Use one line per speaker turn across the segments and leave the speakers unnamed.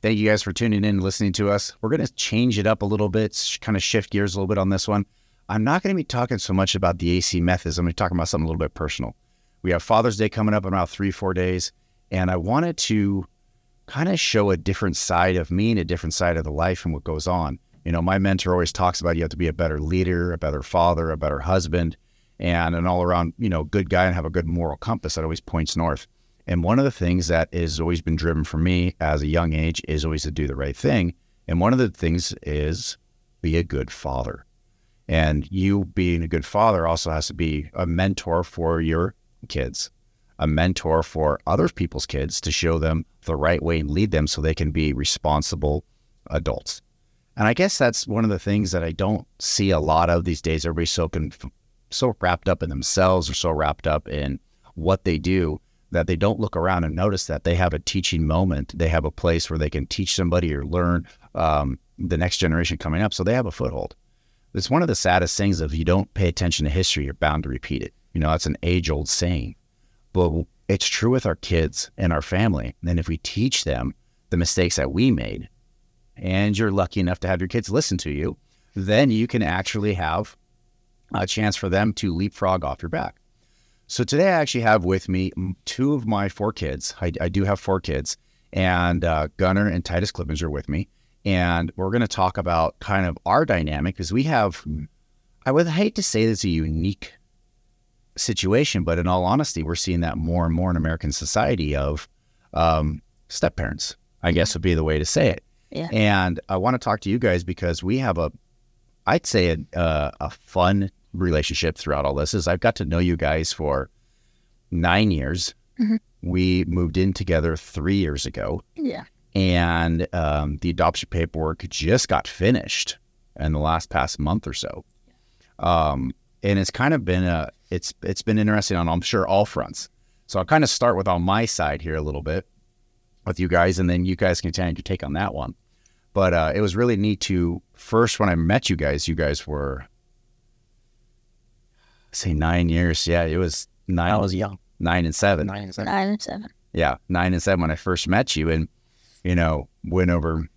Thank you guys for tuning in and listening to us. We're going to change it up a little bit, kind of shift gears a little bit on this one. I'm not going to be talking so much about the AC methods. I'm going to be talking about something a little bit personal. We have Father's Day coming up in about three, four days. And I wanted to kind of show a different side of me and a different side of the life and what goes on. You know, my mentor always talks about you have to be a better leader, a better father, a better husband, and an all around, you know, good guy and have a good moral compass that always points north. And one of the things that has always been driven for me as a young age is always to do the right thing. And one of the things is be a good father. And you being a good father also has to be a mentor for your kids, a mentor for other people's kids to show them the right way and lead them so they can be responsible adults. And I guess that's one of the things that I don't see a lot of these days. Everybody's so conf- so wrapped up in themselves or so wrapped up in what they do that they don't look around and notice that they have a teaching moment. They have a place where they can teach somebody or learn um, the next generation coming up. So they have a foothold. It's one of the saddest things if you don't pay attention to history, you're bound to repeat it. You know, that's an age old saying, but it's true with our kids and our family. And if we teach them the mistakes that we made, and you're lucky enough to have your kids listen to you, then you can actually have a chance for them to leapfrog off your back. So today I actually have with me two of my four kids. I, I do have four kids, and uh, Gunner and Titus Clippins are with me, and we're going to talk about kind of our dynamic because we have. I would hate to say this is a unique situation, but in all honesty, we're seeing that more and more in American society of um, step parents. I guess would be the way to say it.
Yeah.
And I want to talk to you guys because we have a, I'd say a, a, a fun relationship throughout all this is I've got to know you guys for nine years.
Mhm.
We moved in together three years ago,
Yeah.
and um, the adoption paperwork just got finished in the last past month or so. Um, and it's kind of been a it's it's been interesting on I'm sure all fronts. So I'll kind of start with on my side here a little bit with you guys, and then you guys can tell your take on that one. But uh, it was really neat to first when I met you guys, you guys were say nine years. Yeah, it was nine.
I was young.
nine and seven.
Nine and seven.
Nine and seven.
yeah, nine and seven when I first met you, and you know went over,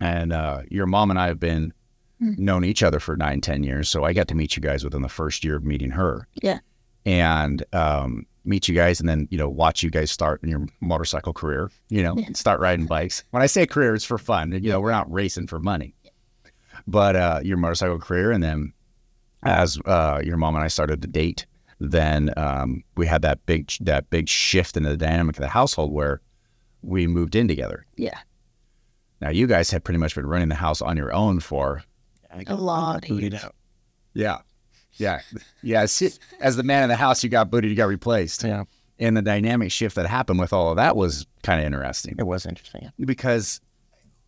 and uh, your mom and I have been
Hmm.
known each other for nine, ten years. So I got to meet you guys within the first year of meeting her.
Yeah.
and um, meet you guys, and then you know watch you guys start in your motorcycle career. You know,
Yeah.
start riding bikes. When I say career, it's for fun. You know, we're not racing for money, but uh, your motorcycle career, and then as uh, your mom and I started to date then um, we had that big that big shift in the dynamic of the household where we moved in together.
Yeah.
Now you guys had pretty much been running the house on your own for
I
A lot of
booted
years.
out.
yeah, yeah, yeah. As, as the man in the house, you got booted, you got replaced,
Yeah,
and the dynamic shift that happened with all of that was kind of interesting.
it was interesting.
because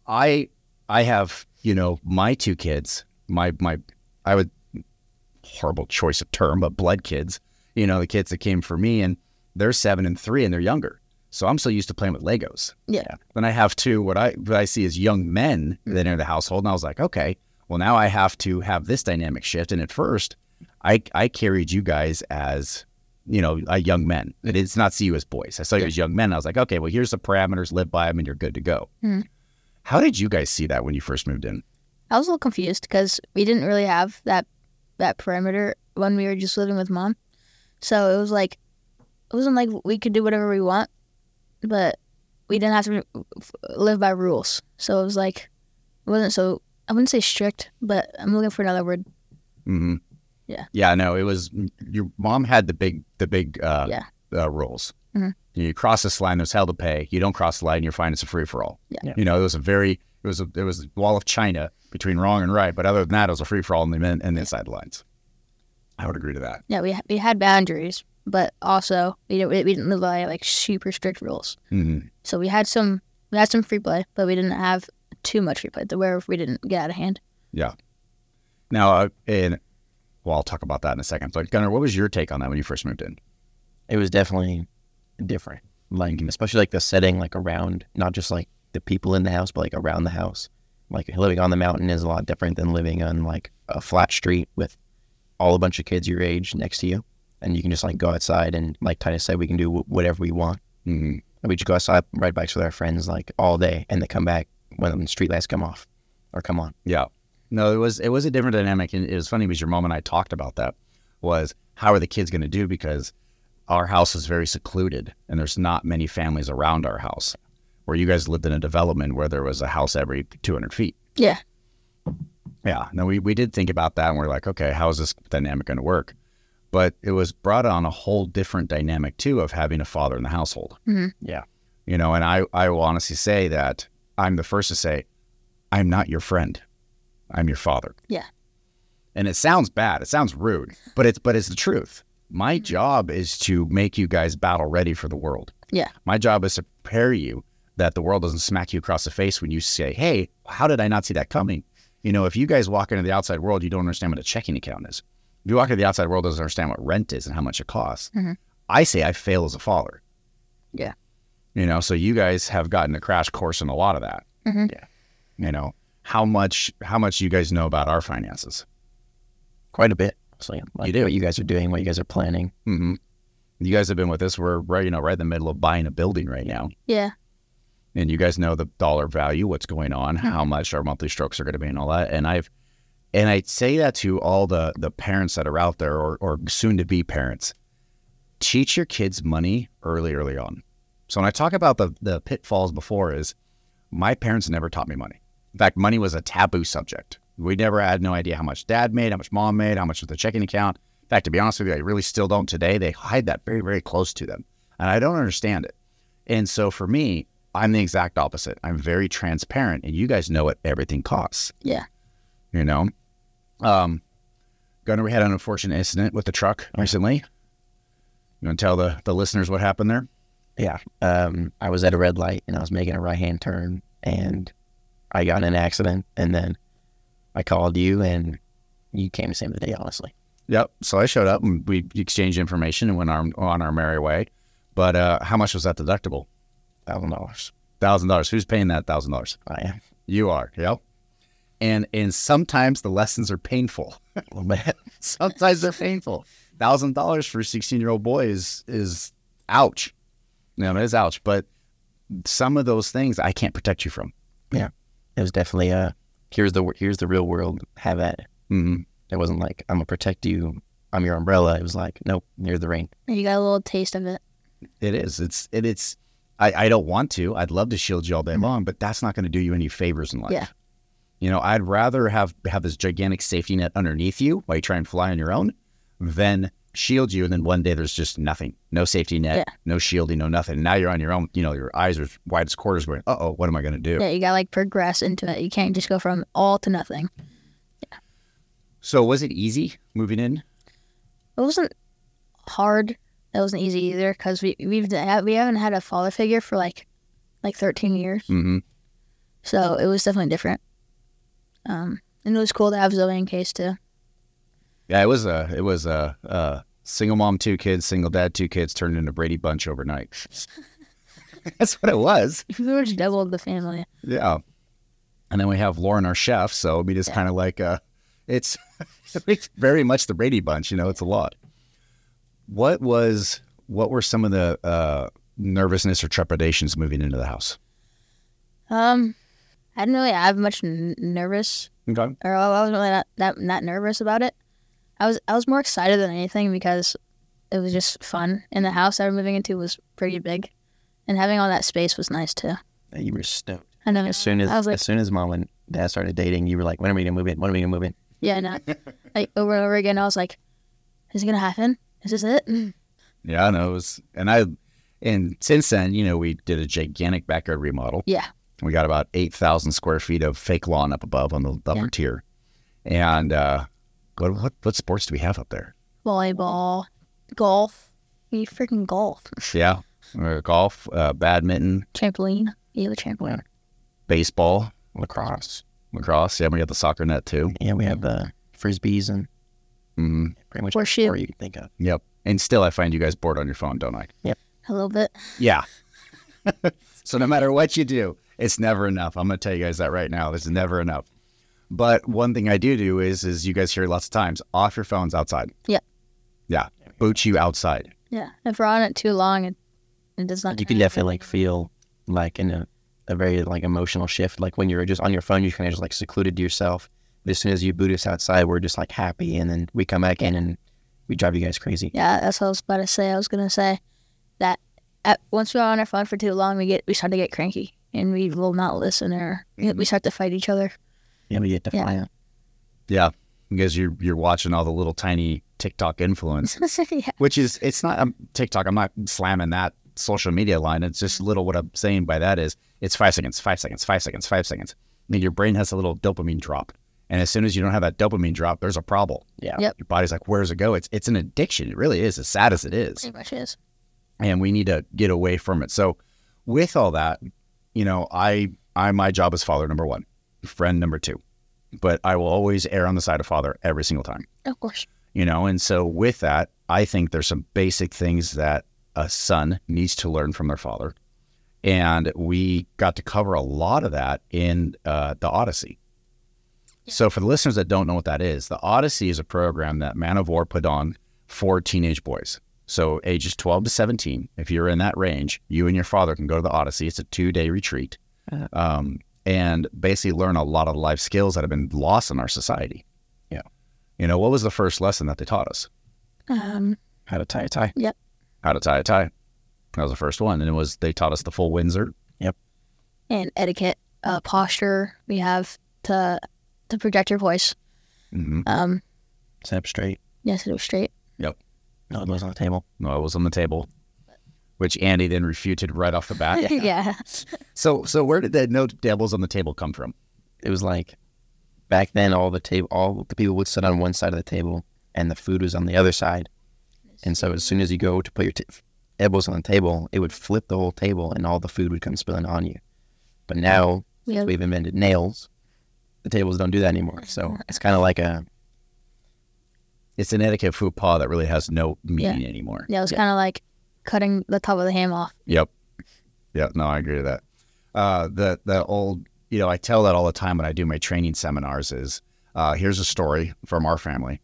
I I have you know my two kids my my I would horrible choice of term but blood kids you know the kids that came for me and they're seven and three and they're younger so I'm so used to playing with Legos
Yeah.
then I have two what I what I see as young men that enter the household and I was like okay well now I have to have this dynamic shift and at first I I carried you guys as you know, uh, young men. I did not see you as boys. I saw you as young men. I was like, okay, well, here's the parameters, live by them, and you're good to go.
Hmm.
How did you guys see that when you first moved in?
I was a little confused because we didn't really have that that perimeter when we were just living with mom. So it was like it wasn't like we could do whatever we want, but we didn't have to f- live by rules. So it was like it wasn't so I wouldn't say strict, but I'm looking for another word.
Mm-hmm.
Yeah.
Yeah. No, it was your mom had the big, the big, uh,
Yeah.
uh, rules.
Mhm.
You cross this line, there's hell to pay. You don't cross the line, you're fine. It's a free for all.
Yeah.
Yeah.
You know, it was a very, it was a, there was a wall of China between wrong and right. But other than that, it was a free for all in the men and the inside lines. I would agree to that.
Yeah, we we had boundaries, but also we didn't we didn't live by like super strict rules.
Mm-hmm.
So we had some we had some free play, but we didn't have too much free play. The where we didn't get out of hand.
Now, uh, and well, I'll talk about that in a second. But Gunnar, what was your take on that when you first moved in?
It was definitely different. Like
Mhm.
especially like the setting, like around not just like the people in the house, but like around the house. Like living on the mountain is a lot different than living on like a flat street with all a bunch of kids your age next to you, and you can just like go outside and like Titus said, we can do wh- whatever we want.
Mm-hmm.
We just go outside, ride bikes with our friends like all day, and they come back when the street lights come off or come on.
Yeah. No, it was it was a different dynamic, and it was funny because your mom and I talked about that. Was how are the kids going to do because our house is very secluded and there's not many families around our house. Where you guys lived in a development where there was a house every 200 feet.
Yeah.
Yeah. No, we we did think about that, and we're like, okay, how is this dynamic going to work? But it was brought on a whole different dynamic too of having a father in the household.
Mhm.
Yeah.
You know, and I I will honestly say that I'm the first to say I'm not your friend. I'm your father.
Yeah.
And it sounds bad. It sounds rude, but it's but it's the truth. My
Mm-hmm.
job is to make you guys battle ready for the world.
Yeah.
My job is to prepare you that the world doesn't smack you across the face when you say, "Hey, how did I not see that coming?" You know, if you guys walk into the outside world, you don't understand what a checking account is. If you walk into the outside world, doesn't understand what rent is and how much it costs.
Mhm.
I say I fail as a father.
Yeah.
You know, so you guys have gotten a crash course in a lot of that.
Mhm.
Yeah. You know, how much how much you guys know about our finances.
Quite a bit. So yeah, like
You do.
what you guys are doing, what you guys are planning.
Mm-hmm. You guys have been with us. We're right, you know, right in the middle of buying a building right now,
Yeah.
and you guys know the dollar value, what's going on, how much our monthly strokes are going to be, and all that. And I've, and I say that to all the the parents that are out there, or or soon to be parents, teach your kids money early, early on. So when I talk about the the pitfalls before, is my parents never taught me money. In fact, money was a taboo subject. We never had no idea how much dad made, how much mom made, how much was the checking account. In fact, to be honest with you, I really still don't today. They hide that very, very close to them. And I don't understand it. And so for me, I'm the exact opposite. I'm very transparent, and you guys know what everything costs.
Yeah.
You know? Um, Gunnar, we had an unfortunate incident with the truck recently. You want to tell the, the listeners what happened there?
um, I was at a red light and I was making a right hand turn and I got in an accident and then I called you and you came the same day, honestly.
Yep. So I showed up and we exchanged information and went our, on our merry way. But uh, how much was that deductible?
Thousand dollars.
Thousand dollars. Who's paying that thousand dollars?
I am
You are. Yep. And and sometimes the lessons are painful.
a little bit.
Sometimes they're painful. Thousand dollars for a sixteen-year-old boy is is ouch. No, it is ouch. But some of those things I can't protect you from.
It was definitely a here's the wor- here's the real world. Have at it.
Mm-hmm.
It wasn't like I'm gonna protect you. I'm your umbrella. It was like nope. Near the rain.
And you got a little taste of it.
It is. It's it, it's. I, I don't want to. I'd love to shield you all day long, but that's not going to do you any favors in life.
Mm-hmm. Yeah.
You know, I'd rather have have this gigantic safety net underneath you while you try and fly on your own, than shield you, and then one day there's just nothing, no safety net, no shielding, no nothing. Now you're on your own. You know, your eyes are wide as quarters, going, "Uh oh, what am I going to do?"
Yeah, you got like progress into it. You can't just go from all to nothing.
So was it easy moving in?
It wasn't hard. It wasn't easy either because we we've done- we haven't had a father figure for like like thirteen years.
Mm-hmm.
So it was definitely different. Um, and it was cool to have Zoe in case too.
Yeah, it was a it was a, a single mom, two kids, single dad, two kids turned into Brady Bunch overnight. that's what it was.
We were just doubled the family.
Yeah. And then we have Lauren, our chef. So I mean, it's kind of like uh, it's it's very much the Brady Bunch. You know, it's a lot. What was what were some of the uh, nervousness or trepidations moving into the house?
Um, I didn't really have much n- nervous,
Okay.
or I wasn't really not, that not nervous about it. I was I was more excited than anything because it was just fun, and the house I was moving into was pretty big, and having all that space was nice too.
And you were stoked.
I know.
As soon as
I was like,
as soon as mom and dad started dating, you were like, when are we gonna move in? When are we gonna move in?
yeah, I know. like over and over again, I was like, is it gonna happen? Is this it?
Yeah, I know. It was, and I and since then, you know, we did a gigantic backyard remodel.
Yeah.
We got about eight thousand square feet of fake lawn up above on the upper
Yeah.
tier, and uh, what what what sports do we have up there?
Volleyball, golf. We freaking golf,
Yeah, Uh, golf, uh, badminton,
trampoline. You have a trampoline.
baseball.
Lacrosse.
lacrosse. Yeah, we got the soccer net too.
Yeah, we have the frisbees and
hmm
pretty much
Horseshoe.
whatever you can think of.
Yep. And still, I find you guys bored on your phone, don't I?
A little bit.
Yeah. so no matter what you do, it's never enough. I'm going to tell you guys that right now. It's never enough. But one thing I do do is, is you guys hear lots of times off your phones outside.
Yeah.
Yeah. Boot you outside.
Yeah. If we're on it too long, it It does not.
you can definitely like feel like in a, a very like emotional shift. Like when you're just on your phone, you kind of just like secluded to yourself. But as soon as you boot us outside, we're just like happy, and then we come back in and we drive you guys crazy.
Yeah, that's what I was about to say. I was gonna say that at, once we're on our phone for too long, we get we start to get cranky and we will not listen or
Mm-hmm.
we start to fight each other.
Yeah, we get
Yeah.
defiant.
Yeah, because you're you're watching all the little tiny TikTok influencers,
yeah.
which is it's not um, TikTok. I'm not slamming that social media line. It's just little what I'm saying by that is it's five seconds, five seconds, five seconds, five seconds. And your brain has a little dopamine drop, and as soon as you don't have that dopamine drop, there's a problem.
Yeah.
Yep.
Your body's like, where does it go? It's it's an addiction. It really is. As sad as it is,
Pretty much is.
and we need to get away from it. So, with all that, you know, I I my job is father number one, friend number two, but I will always err on the side of father every single time
Of course.
you know and so with that i think there's some basic things that a son needs to learn from their father and we got to cover a lot of that in uh, the odyssey
Yeah.
so for the listeners that don't know what that is the odyssey is a program that man of war put on for teenage boys so ages 12 to 17 if you're in that range you and your father can go to the odyssey it's a two-day retreat
Uh.
um, and basically learn a lot of life skills that have been lost in our society you know, what was the first lesson that they taught us?
Um,
How to tie a tie.
How to tie a tie. That was the first one. And it was they taught us the full Windsor.
and etiquette, uh, posture we have to to project your voice.
Mm-hmm.
Um,
Sit up straight.
yes, it was straight.
No elbows on the table.
No, it was on the table, which Andy then refuted right off the
Ah,
bat.
yeah.
So, so where did that no devils on the table come from?
It was like back then, all the table, all the people would sit on one side of the table, and the food was on the other side. And so as soon as you go to put your t- elbows on the table, it would flip the whole table and all the food would come spilling on you. But now
we have,
we've invented nails. The tables don't do that anymore. So it's kind of like a
It's an etiquette faux pas that really has no meaning anymore.
yeah, it was
yeah.
kind of like cutting the top of the ham off.
Yep. Yeah. No, I agree with that. Uh, the the old, you know, I tell that all the time when I do my training seminars. Is uh, here's a story from our family,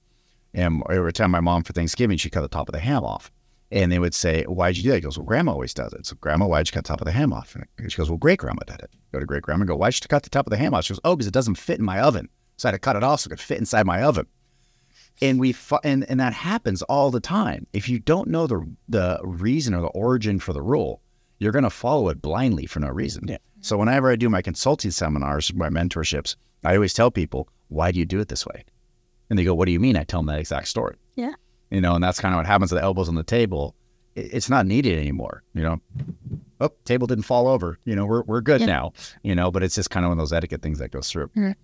and every time my mom for Thanksgiving she cut the top of the ham off, and they would say, "Why'd you do that?" He goes, "Well, Grandma always does it." So, Grandma, why'd you cut the top of the ham off? And she goes, "Well, great grandma did it." Go to great grandma, and go, "Why'd you cut the top of the ham off?" She goes, "Oh, because it doesn't fit in my oven, so I had to cut it off so it could fit inside my oven." and we fu- and and that happens all the time. If you don't know the the reason or the origin for the rule, you're going to follow it blindly for no reason.
Yeah.
So whenever I do my consulting seminars, my mentorships, I always tell people, "Why do you do it this way?" And they go, "What do you mean?" I tell them that exact story.
Yeah.
You know, and that's kind of what happens with the elbows on the table. I- It's not needed anymore. You know, oh, table didn't fall over. You know, we're we're good
Yeah.
now. You know, but it's just kind of one of those etiquette things that goes through.
Mhm.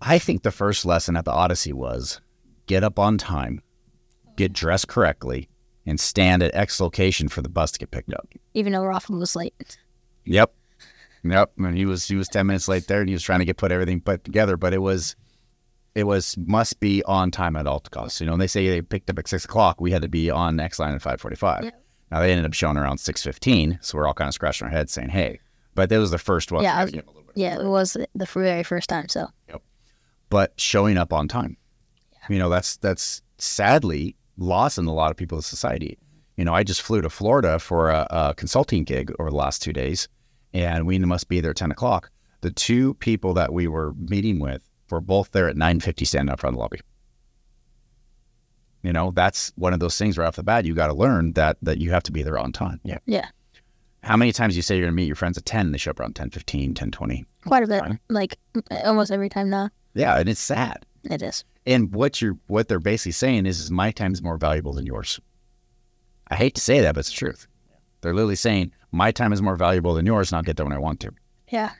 I think the first lesson at the Odyssey was get up on time, get dressed correctly, and stand at X location for the bus to get picked up.
Even though Rafa was late.
Yep. Yep. And he was he was ten minutes late there and he was trying to get put everything put together, but it was it was must be on time at all costs. You know, and they say they picked up at six o'clock, we had to be on X line at five forty five.
Yep.
Now they ended up showing around six fifteen, so we're all kind of scratching our heads saying, Hey. But that was the first one.
Yeah,
so we
I
had
was-
to give them a little bit of
Yeah,
break
it was the- the very first time. So
but showing up on time. You know, that's that's sadly lost in a lot of people in society. You know, I just flew to Florida for a, a consulting gig over the last two days, and we must be there ten o'clock. The two people that we were meeting with were both there at nine fifty, standing up front of the lobby. You know, that's one of those things right off the bat. You got to learn that that you have to be there on time.
Yeah.
Yeah.
How many times you say you're going to meet your friends at ten, and they show up around 10, 15, 10, 20?
quite a bit,
Fine.
like almost every time now.
Yeah, and it's sad.
It is.
And what you're what they're basically saying is, is my time's more valuable than yours. I hate to say that, but it's the truth. They're literally saying my time is more valuable than yours, and I'll get there when I want to.
Yeah.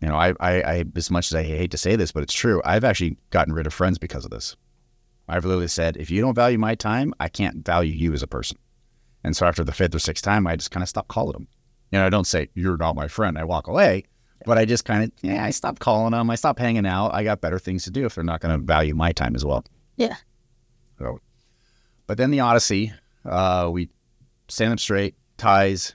You know, I, I, I as much as I hate to say this, but it's true. I've actually gotten rid of friends because of this. I've literally said, if you don't value my time, I can't value you as a person. And so after the fifth or sixth time, I just kind of stopped calling them. You know, I don't say you're not my friend. I walk away, but I just kind of yeah, I stopped calling them. I stopped hanging out. I got better things to do if they're not going to value my time as well.
Yeah.
So, but then the Odyssey, uh, we stand up straight ties,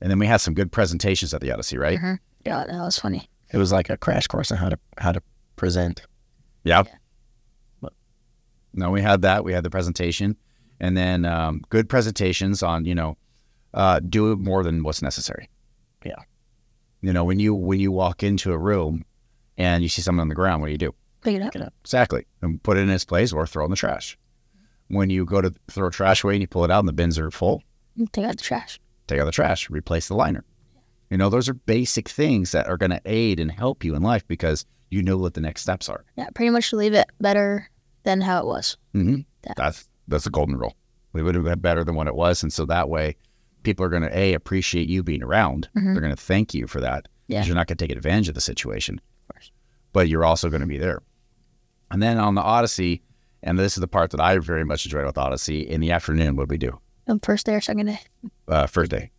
and then we had some good presentations at the Odyssey, right?
Mhm. Yeah, that was funny.
it was like a crash course on how to how to present.
Yeah.
But-
No, we had that. We had the presentation, and then um, good presentations on you know uh, do more than what's necessary.
Yeah.
You know when you when you walk into a room and you see something on the ground, what do you do?
Pick it up.
Exactly, and put it in its place or throw it in the trash. When you go to throw trash away and you pull it out and the bins are full,
and Take out the trash.
take out the trash, replace the liner. You know, those are basic things that are going to aid and help you in life because you know what the next steps are.
Yeah, pretty much leave it better than how it was.
Mm-hmm.
That-
That's that's a golden rule. We would have been better than what it was, and so that way, people are going to a appreciate you being around.
Mhm.
They're going to thank you for that. 'cause
Yeah.
you're not going to take advantage of the situation,
Of course.
but you're also going to be there. And then on the Odyssey, and this is the part that I very much enjoyed with Odyssey. In the afternoon, what did we do?
On first day or second day,
Uh, first day.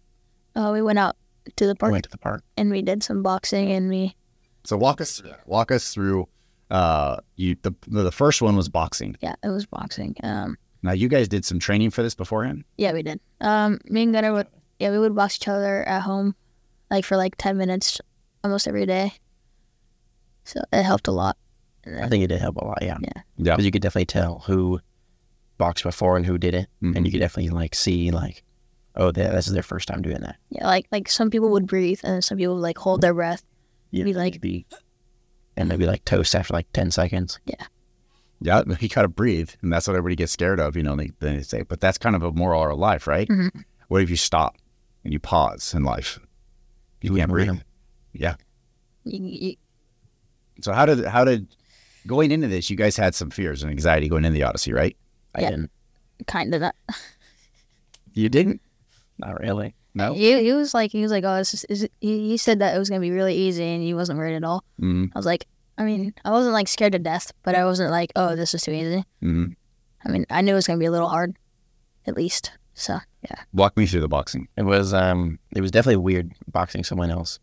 uh, we went out to the park
Went to the park.
and we did some boxing and we
So walk us through that. Walk us through. Uh, you the the first one was boxing.
yeah, it was boxing. Um,
Now you guys did some training for this beforehand.
yeah, we did. Um, me and Gunnar would yeah we would box each other at home, like for like ten minutes almost every day. So it helped a lot. And
I
then-
think it did help a lot, yeah.
Yeah.
Because you could definitely tell who boxed before and who didn't.
Mm-hmm.
And you could definitely like see like, oh, that this is their first time doing that.
yeah, like like some people would breathe and then some people would like hold their breath.
Yeah,
Be like-
maybe, and maybe like toast after like ten seconds.
Yeah, you got to breathe, and that's what everybody gets scared of, you know. They, they say, but that's kind of a moral of life, right?
Mhm.
What if you stop and you pause in life? You can't breathe.
You, you,
So how did how did going into this? You guys had some fears and anxiety going into the Odyssey, right?
I
Yeah.
didn't.
kind of that.
You didn't?
Not really.
No.
He, he was like he was like oh this is, is it- he, he said that it was gonna be really easy and he wasn't worried at all.
Mm-hmm.
I was like, I mean, I wasn't like scared to death, but I wasn't like, oh, this is too easy.
Mm-hmm.
I mean, I knew it was gonna be a little hard, at least. So yeah,
Walk me through the boxing.
It was um it was definitely weird boxing someone else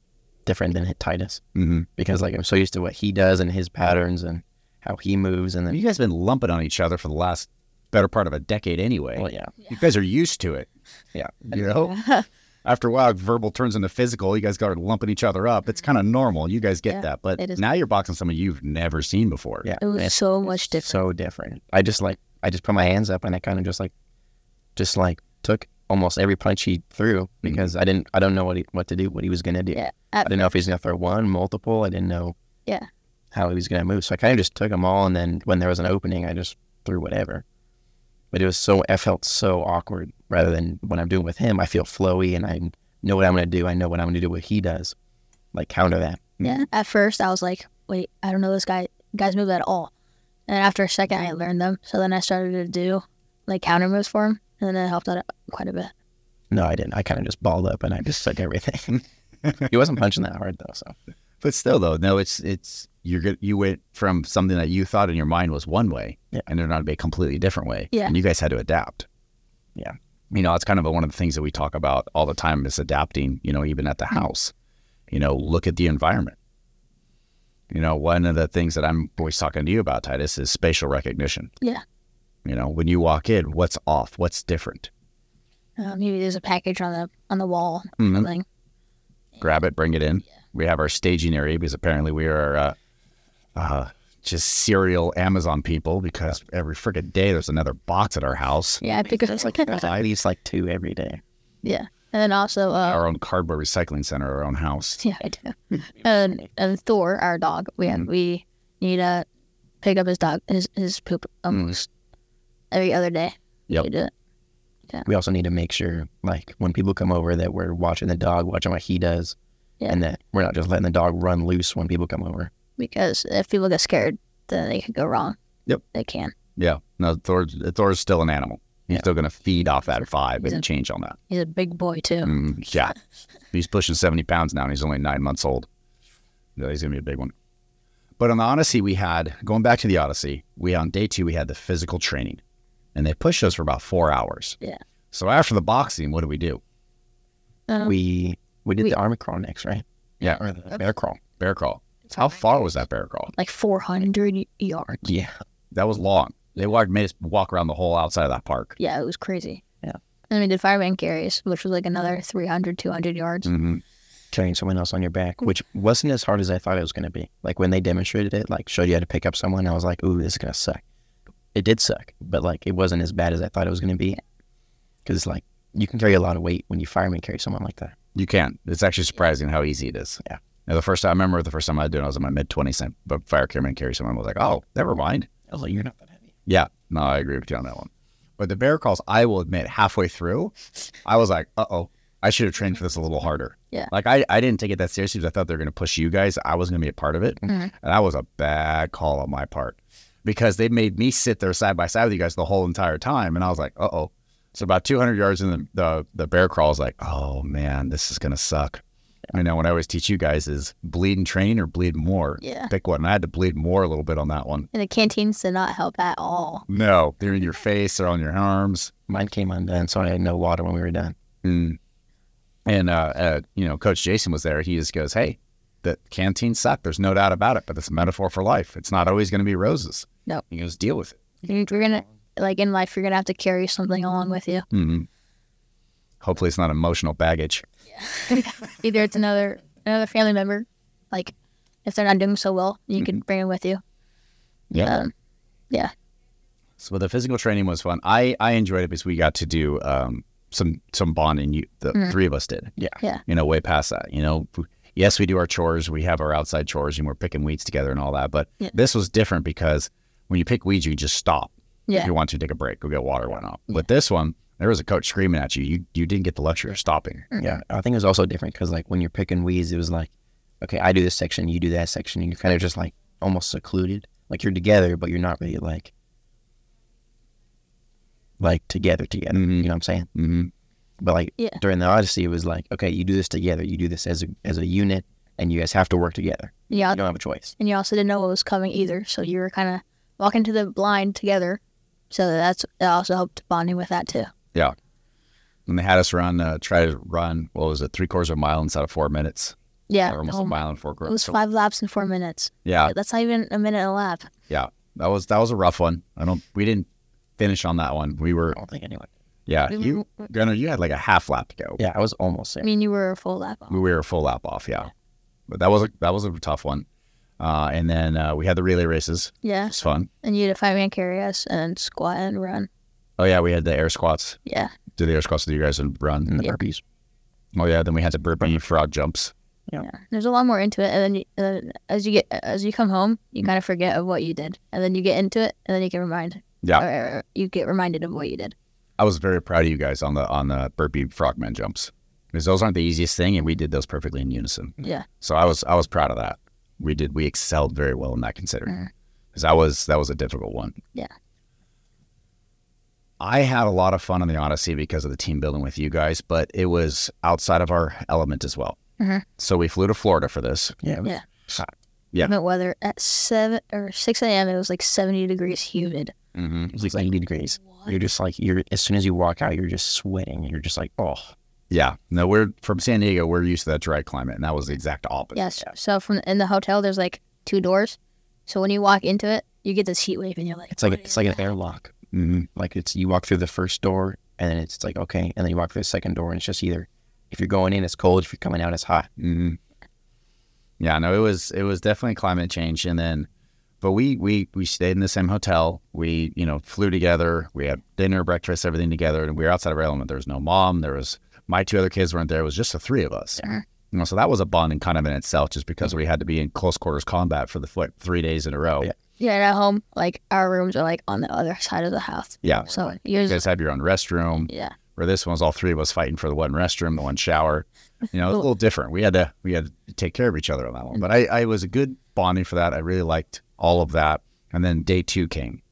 different than Titus.
Mm-hmm.
Because like I'm so used to what he does and his patterns and how he moves and then
You guys been lumping on each other for the last better part of a decade, anyway.
well yeah.
You guys are used to it.
Yeah.
You know, after a while, verbal turns into physical. You guys got lumping each other up. It's kind of normal. You guys get
Mm-hmm. Yeah,
that.
it
But
is.
now you're boxing someone you've never seen before.
Yeah.
it was
it's
so much different.
so different. I just like I just put my hands up and I kinda just like just like took almost every punch he threw because I didn't I don't know what he, what to do, what he was gonna do.
Yeah.
I didn't know if he was gonna throw one, multiple, I didn't know
Yeah.
how he was gonna move. So I kinda just took them all and then when there was an opening I just threw whatever. But it was so I felt so awkward rather than when I'm doing with him, I feel flowy and I know what I'm gonna do. I know what I'm gonna do what he does. Like counter that.
Yeah. At first, I was like, wait, I don't know this guy guy's move at all. And then after a second, I learned them. So then I started to do like counter moves for him, and then it helped out quite a bit.
No, I didn't. I kinda just balled up and I just took everything. he wasn't punching that hard though, so
But still, though, no, it's it's you're good. You went from something that you thought in your mind was one way,
Yeah.
and turned out to be a completely different way.
Yeah.
and you guys had to adapt.
Yeah.
you know, it's kind of one of the things that we talk about all the time is adapting. You know, even at the house, you know, look at the environment. You know, one of the things that I'm always talking to you about, Titus, is spatial recognition.
Yeah.
You know, when you walk in, what's off? What's different?
Um, maybe there's a package on the on the wall.
Mhm.
Like,
grab it, bring it in. We have our staging area because apparently we are uh, uh, just serial Amazon people because every freaking day there's another box at our house.
yeah, I pick up.
There's at least like two every day.
yeah, and then also uh,
Our own cardboard recycling center, our own house.
Yeah, I do. and and Thor, our dog, we have, we need to pick up his dog his his poop almost every other day.
Yep.
We do it.
We also need to make sure, like, when people come over, that we're watching the dog, watching what he does,
Yeah.
and that we're not just letting the dog run loose when people come over.
because if people get scared, then they could go wrong.
Yep.
they can.
Yeah. No, Thor, Thor's still an animal. He's
Yeah.
still going to feed off that vibe
He's a-
and change on that.
He's a big boy too.
Mm, yeah. He's pushing 70 pounds now and he's only nine months old. No, he's going to be a big one. But on the Odyssey, we had, going back to the Odyssey, we on day two, we had the physical training and they pushed us for about four hours.
Yeah.
So after the boxing, what do we do?
Um,
We we did
We-
the army crawl next, right?
Yeah.
or the bear crawl.
Bear crawl. How far was that bear crawl?
Like four hundred yards.
Yeah,
That was long. They walked, made us walk around the whole outside of that park.
Yeah, it was crazy.
Yeah.
Then we did fireman carries, which was like another 300, 200 yards.
Mm-hmm.
carrying someone else on your back, which wasn't as hard as I thought it was going to be. Like when they demonstrated it, like showed you how to pick up someone, I was like, "Ooh, this is gonna suck." it did suck, but like it wasn't as bad as I thought it was going to be. Because like you can carry a lot of weight when you fireman carry someone like that.
You can. It's actually surprising how easy it is.
Yeah.
Now, the first time I remember the first time I was doing, it, I was in my mid twenties, and a fire cameraman carried someone. I was like, oh, never mind.
I was like, you're not that heavy.
Yeah. No, I agree with you on that one. But the bear calls, I will admit, halfway through, I was like, uh oh, I should have trained for this a little harder.
Yeah.
Like I, I didn't take it that seriously because I thought they were going to push you guys. I wasn't going to be a part of it,
Mhm.
and that was a bad call on my part because they made me sit there side by side with you guys the whole entire time, and I was like, uh oh. So about 200 yards in the the, the bear crawl, I was like, oh man, this is going to suck. You know, what I always teach you guys is bleed and train or bleed more.
Yeah.
Pick one. And I had to bleed more a little bit on that one.
And the canteens did not help at all.
No, they're in your face. They're on your arms.
Mine came undone, so I had no water when we were done.
And, and uh, uh, you know, Coach Jason was there. He just goes, "Hey, the canteen sucked. There's no doubt about it. But it's a metaphor for life. It's not always going to be roses.
No.
he goes, deal with it.
You're gonna like in life, you're gonna have to carry something along with you.
hmm Hopefully, it's not emotional baggage.
Either it's another another family member, like if they're not doing so well, you can bring them with you.
Yeah.
Um,
So the physical training was fun. I I enjoyed it because we got to do um some some bonding. You the
Mhm.
three of us did.
Yeah.
Yeah.
You know, way past that. You know. Yes, we do our chores. We have our outside chores, and we're picking weeds together and all that. But
Yeah.
this was different because when you pick weeds, you just stop.
yeah.
if you want to take a break, go get water, why not? With this one, there was a coach screaming at you. You you didn't get the luxury of stopping.
Mm.
Yeah, I think it was also different because like when you're picking weeds, it was like, okay, I do this section, you do that section, and you're kind of just like almost secluded. Like you're together, but you're not really like like together together.
Mhm.
You know what I'm saying?
Mm-hmm.
But like
Yeah.
during the Odyssey, it was like, okay, you do this together, you do this as a as a unit, and you guys have to work together.
Yeah.
You don't have a choice.
and you also didn't know what was coming either. So you were kind of walking to the blind together. So that's that also helped bonding with that too.
And they had us run, uh, try to run, what was it, three quarters of a mile inside of four minutes.
Yeah,
or almost
oh
a
my-
mile and four
it
quarters.
was
So- Uh,
five laps in four minutes.
Yeah,
That's not even a minute and a lap.
that was that was a rough one. I don't we didn't finish on that one. We were
I don't think anyone.
yeah,
We were-
uh, you Gunnar, you had like a half lap to go.
Yeah, I was almost
I
there.
mean, you were a full lap. off.
We were a full lap off, yeah. But that was a that was a tough one. Uh, and then uh, we had the relay races. It
Yeah,
was fun.
and you had a five man carry us and squat and run.
Oh yeah, we had the air squats.
Yeah,
Do the air squats with you guys and run.
And the
Yeah.
burpees.
Oh yeah, then we had the burpee frog jumps.
yeah. There's a lot more into it, and then, you, and then as you get as you come home, you kind of forget of what you did, and then you get into it, and then you get remind.
Yeah.
or- or you get reminded of what you did.
I was very proud of you guys on the on the burpee frogman jumps because those aren't the easiest thing, and we did those perfectly in unison.
Yeah.
So I was I was proud of that. We did we excelled very well in that considering
Mhm.
because that was that was a difficult one.
Yeah.
I had a lot of fun on the Odyssey because of the team building with you guys, but it was outside of our element as well.
Mhm.
So we flew to Florida for this.
Yeah.
Yeah.
Hot.
Yeah.
Humid weather at seven or six a.m. It was like seventy degrees humid.
Mm-hmm.
It was like 90 degrees.
What?
You're just like you're as soon as you walk out, you're just sweating, and you're just like, oh,
Yeah. No, we're from San Diego. We're used to that dry climate, and that was the exact opposite.
Yes. So from in the hotel, there's like two doors. So when you walk into it, you get this heat wave, and you're like,
it's like
"What
it's like
is
an airlock.
hmm
Like it's you walk through the first door and then it's like okay, and then you walk through the second door and it's just either if you're going in it's cold, if you're coming out it's hot.
hmm Yeah, no, it was it was definitely climate change, and then, but we we we stayed in the same hotel. We you know flew together. We had dinner, breakfast, everything together, and we were outside of our element. There was no mom. There was my two other kids weren't there. It was just the three of us.
Yeah.
You know, so that was a bonding kind of in itself, just because we had to be in close quarters combat for the foot three days in a row.
Yeah.
Yeah, and at home, like our rooms are like on the other side of the house.
Oh,
Yeah.
So
You
yours,
guys have your own restroom.
yeah,
Where this one was all three of us fighting for the one restroom, the one shower. You know, it was a
Well-
little different. We had to we had to take care of each other on that one. But I, I was a good bonding for that. I really liked all of that. And then day two came.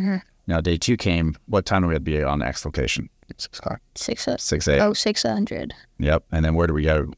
Mhm.
Now day two came. What time do we have to be on X location?
Six o'clock.
six uh,
Six eight.
oh six hundred.
Yep. And then where do we go?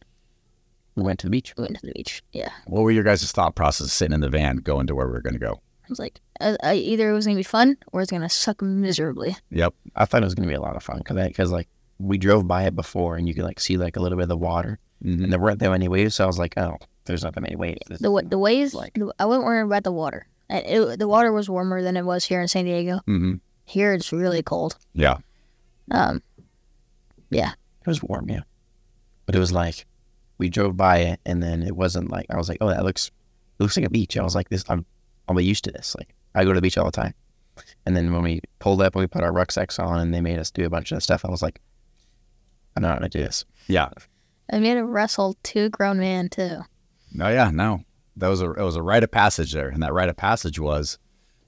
We went to the beach.
We went to the beach. Yeah,
What were your guys' thought process sitting in the van going to where we were going to go?
I was like, uh, uh, either it was gonna be fun or it's gonna suck miserably.
Yep.
I thought it was gonna be a lot of fun because because like we drove by it before and you could like see like a little bit of the water and
Mhm.
there weren't that many waves, so I was like, oh, there's not that many waves. This-
The wa- the waves,
Like-
the- I wasn't worried about the water. And It, the water was warmer than it was here in San Diego.
Mhm.
Here it's really cold.
Yeah.
Um,
It was warm, yeah. But it was like we drove by it, and then it wasn't like I was like, oh, that looks it looks like a beach. I was like, this I'm I'm used to this. Like I go to the beach all the time, And then when we pulled up, we put our rucksacks on, and they made us do a bunch of stuff. I was like, I don't know how to do this.
Yeah.
I made a wrestle two grown men too.
Oh yeah, no. That was a it was a rite of passage there, and that rite of passage was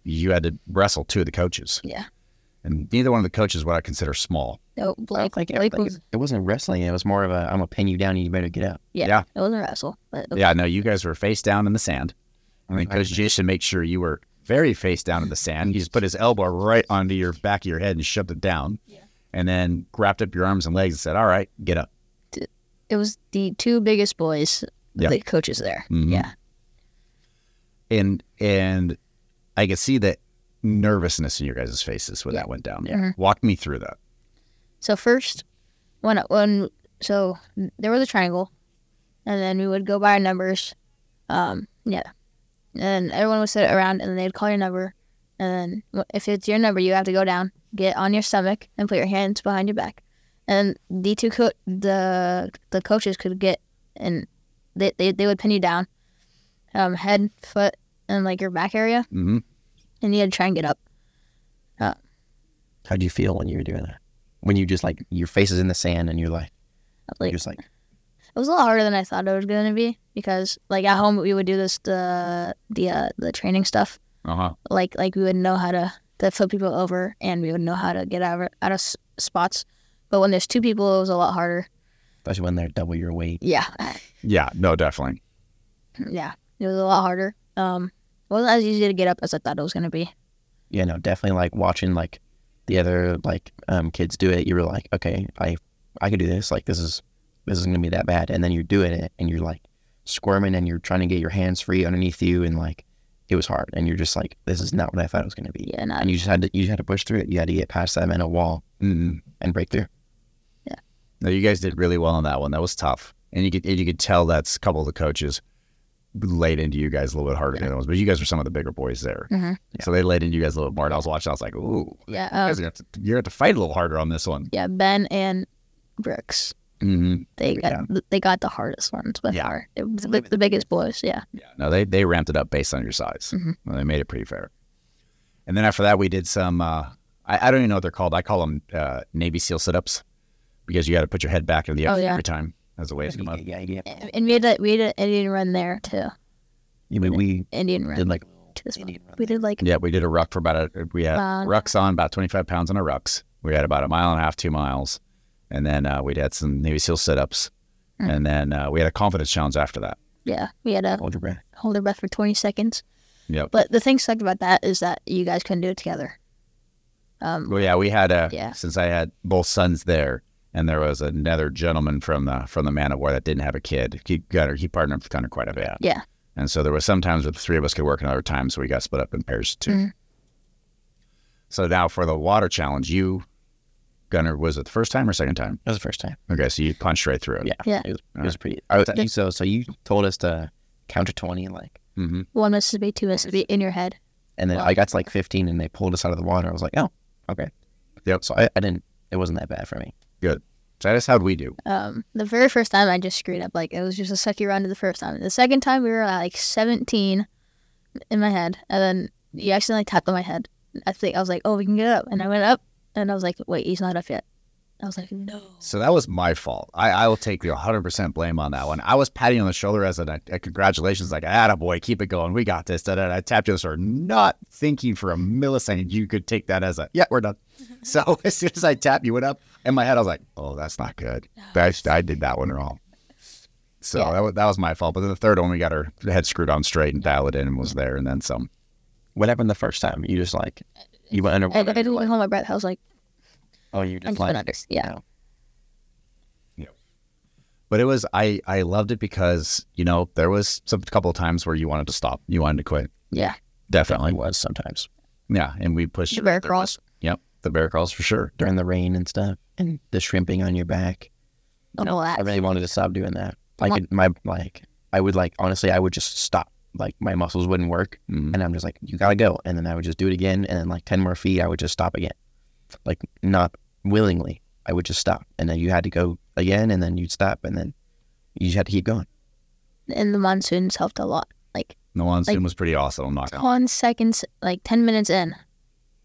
you had to wrestle two of the coaches.
Yeah.
And neither one of the coaches would I consider small.
No,
I
Blake,
don't think- I
Blake
think
was,
it wasn't wrestling. It was more of a I'm gonna pin you down. and You better get up.
yeah,
yeah.
it wasn't a wrestle, but
Oh. Yeah, no, you guys were face down in the sand. I mean,
I
Coach Jason to make sure you were very face down in the sand. He just put his elbow right onto your back of your head and shoved it down.
Yeah.
And then wrapped up your arms and legs and said, All right, get up.
it was the two biggest boys,
Yeah.
the coaches there.
Mhm.
Yeah,
And and I could see that nervousness in your guys' faces when
Yeah.
that went down.
Yeah. Mhm.
Walk me through that.
So first, when when so there was a triangle, and then we would go by our numbers. Um, yeah, and everyone would sit around, and then they'd call your number, and then wh- if it's your number, you have to go down, get on your stomach, and put your hands behind your back. And the two co- the the coaches could get and they, they, they would pin you down, um, head, foot, and like your back area,
Mm-hmm.
and you had to try and get up.
How do you feel when you were doing that? When you just like your face is in the sand and you're like,
I was
you're
Like,
just like,
It was a lot harder than I thought it was going to be because, like, at home we would do this the the uh, the training stuff.
Uh-huh.
Like, like we would know how to to flip people over, and we would know how to get out of out of s- spots. But when there's two people, it was a lot harder.
especially when they're double your weight.
Yeah,
Yeah, no, definitely.
yeah, it was a lot harder. Um, it wasn't as easy to get up as I thought it was going to be.
You know, definitely like watching like the other like um, kids do it. You were like, okay, I I could do this. Like this is this isn't gonna be that bad. And then you're doing it and you're like squirming and you're trying to get your hands free underneath you and like it was hard. And you're just like, this is not what I thought it was gonna be.
Yeah, not
And you just had to you just had to push through it. You had to get past that mental wall
Mm-hmm.
and break through.
No, you guys did really well on that one. That was tough, and you could and you could tell that's a couple of the coaches laid into you guys a little bit harder than the other ones. But you guys were some of the bigger boys there,
Mhm.
so they laid into you guys a little bit more. And I was watching, I was like, "Ooh,
yeah,
you
um,
guys are gonna have to, you're gonna have to fight a little harder on this one."
yeah. Ben and Brooks,
Mm-hmm.
they got they got the hardest ones by
Yeah.
far. It was the, the biggest boys. Yeah,
Yeah, no, they they ramped it up based on your size.
Mhm.
Well, they made it pretty fair. And then after that, we did some. Uh, I, I don't even know what they're called. I call them uh, Navy SEAL sit-ups because you got to put your head back in the
Oh,
air
yeah.
every time. That's the way it's come up.
Yeah, yeah.
and, and we had a, we had an Indian run there too.
yeah we, we
Indian run
did like
to this one.
Indian run
We did like
Yeah, we did a ruck for about a we had
Wow.
rucks on about twenty five pounds on our rucks. We had about a mile and a half, two miles, and then uh, we'd had some Navy SEAL sit ups,
Mm.
and then uh, we had a confidence challenge after that.
Yeah, we had to
hold your breath.
hold our breath for 20 seconds.
Yep.
But the thing sucked about that is that you guys couldn't do it together. Um,
Well, yeah, we had a
Yeah.
since I had both sons there, and there was another gentleman from the from the man of war that didn't have a kid. He got her, he partnered with Gunner quite a bit.
Yeah.
And so there was some times where the three of us could work, and other times we got split up in pairs too.
Mhm.
So now for the water challenge, you, Gunner, was it the first time or second time?
That was the first time.
Okay, so you punched right through it.
Yeah.
Yeah.
It was, it
All
was pretty. I was, so, so you told us to count to 20, like,
Mm-hmm.
one Mississippi, two Mississippi in your head.
and then
Wow.
I got to like 15 and they pulled us out of the water. I was like, oh, okay.
Yep.
So I, I didn't, it wasn't that bad for me.
So that's how we do.
Um, the very first time I just screwed up. Like it was just a sucky round to the first time. The second time we were at like 17 in my head, and then you accidentally tapped on my head. I think I was like, oh, we can get up, and I went up, and I was like, wait, he's not up yet. I was like, no.
So that was my fault. I, I will take the 100% blame on that one. I was patting you on the shoulder as a, a congratulations, like, atta boy, keep it going. We got this. Da, da, da. I tapped you on the shoulder, not thinking for a millisecond you could take that as a, yeah, we're done. So as soon as I tapped, you went up. In my head, I was like, oh, that's not good. That's, I did that one wrong. So
Yeah.
that, was, that was my fault. But then the third one, we got our head screwed on straight and dialed it in and was there and then some.
What happened the first time? You just like, you went
I, I
underwater.
didn't hold my breath. I was like,
oh, you
I
just
just
like,
went under. Yeah.
But it was I I loved it because you know there was some couple of times where you wanted to stop, you wanted to quit.
Yeah.
definitely.
definitely was sometimes
Yeah, and we pushed
The bear
there was-
crawls.
Yep, the bear crawls for sure.
during the rain and stuff and the shrimping on your back.
Don't know that.
I really wanted to stop doing that. I
Wha-
could, my, like, I would like, honestly, I would just stop. Like, my muscles wouldn't work.
Mhm.
and I'm just like, you gotta go. And then I would just do it again, and then like ten more feet, I would just stop again, like not willingly. I would just stop, and then you had to go again, and then you'd stop, and then you just had to keep going.
and the monsoons helped a lot. Like
The one
Like-
soon was pretty awesome. I'm not gonna.
one seconds, like ten minutes in,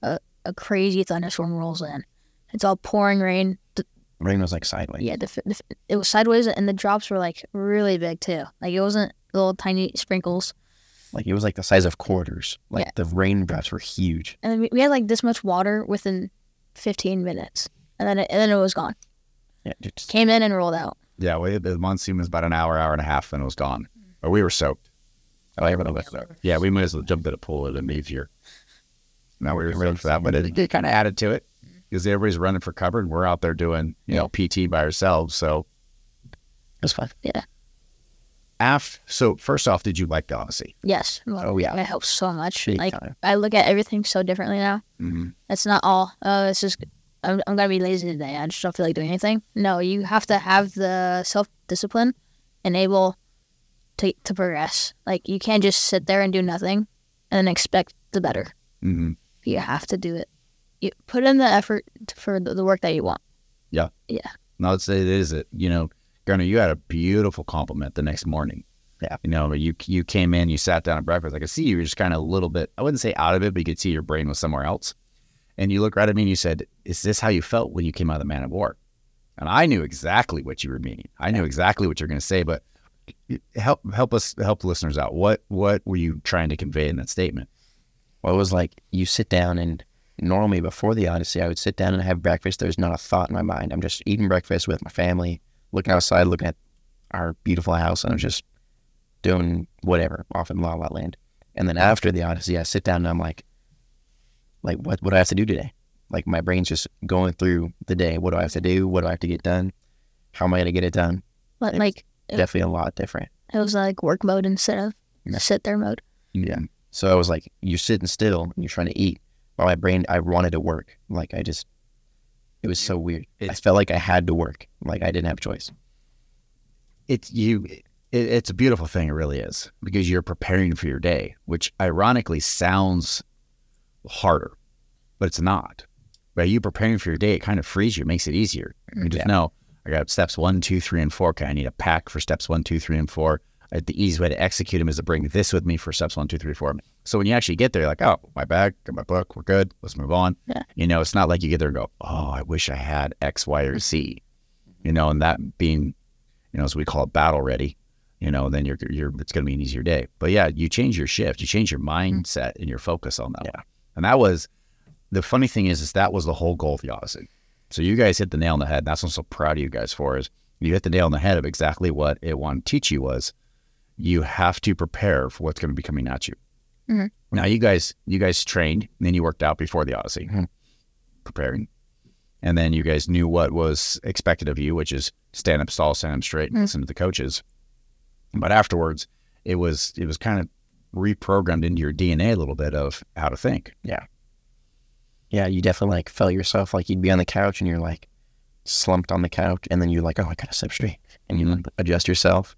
a, a crazy thunderstorm rolls in. It's all pouring rain. The-
Rain was like sideways.
yeah, the, f- the, f- it was sideways, and the drops were like really big too. Like it wasn't little tiny sprinkles.
Like it was like the size of quarters. Like
Yeah.
the raindrops were huge.
And then we- we had like this much water within 15 minutes, and then it, and then it was gone.
Yeah, just-
Came in and rolled out.
Yeah, we, the monsoon was about an hour, hour and a half, and it was gone. But we were soaked.
oh, everyone was like,
Yeah, we might as well jump in a pool and leave here. Now we were
Okay,
ready for that, but it, it kind of added to it because everybody's running for cover, and we're out there doing you know PT by ourselves. So
it was fun.
after, so first off, did you like the Odyssey?
Yes. Well,
Oh, yeah.
It helps so much.
Big
like
time.
I look at everything so differently now.
Mm-hmm.
That's not all. Oh, it's just I'm, I'm gonna be lazy today. I just don't feel like doing anything. No, you have to have the self discipline and able to to progress. Like you can't just sit there and do nothing and expect the better.
Mm-hmm.
You have to do it. You put in the effort for the, the work that you want.
No, it's, it is it. You know, Gunnar, you had a beautiful compliment the next morning.
Yeah.
You know, you you came in, you sat down at breakfast. I could see you were just kind of a little bit, I wouldn't say out of it, but you could see your brain was somewhere else. And you looked right at me and you said, Is this how you felt when you came out of the man of war? And I knew exactly what you were meaning. I knew exactly what you were going to say, but help help us help the listeners out. What what were you trying to convey in that statement?
Well, it was like you sit down and normally before the Odyssey, I would sit down and have breakfast. There's not a thought in my mind. I'm just eating breakfast with my family, looking outside, looking at our beautiful house, and I'm just doing whatever off in La La Land. And then after the Odyssey, I sit down and I'm like, like what what do I have to do today? Like my brain's just going through the day. What do I have to do? What do I have to get done? How am I gonna get it done?
But
Yes.
like Yeah.
Definitely a lot different.
it was like work mode instead of
Yeah.
sit there mode.
Yeah. So I was like, you're sitting still and you're trying to eat. But my brain, I wanted to work. Like I just, it was so weird. I
It's-
felt like I had to work. Like I didn't have a choice.
it's you it, it's a beautiful thing it really is because you're preparing for your day which ironically sounds harder but it's not by you preparing for your day it kind of frees you it makes it easier you just
Yeah.
know i got steps one two three and four okay i need a pack for steps one two three and four Uh, the easy way to execute them is to bring this with me for steps one two three four so when you actually get there you're like oh my bag got my book we're good let's move on
Yeah.
you know it's not like you get there and go oh i wish i had x y or z you know and that being you know, as we call it, battle ready, you know, then you're, you're, it's going to be an easier day. But yeah, you change your shift, you change your mindset and your focus on that.
Yeah.
one. And that was the funny thing is, is that was the whole goal of the Odyssey. So you guys hit the nail on the head. That's what I'm so proud of you guys for is you hit the nail on the head of exactly what it wanted to teach you was you have to prepare for what's going to be coming at you.
Mhm.
Now you guys, you guys trained and then you worked out before the Odyssey
Mhm.
preparing. And then you guys knew what was expected of you, which is stand up stall, stand up straight, and
Mm.
listen to the coaches. But afterwards, it was it was kind of reprogrammed into your DNA a little bit of how to think.
Yeah. You definitely like felt yourself like you'd be on the couch and you're like slumped on the couch. And then you're like, oh, I got to step straight. And you like adjust yourself.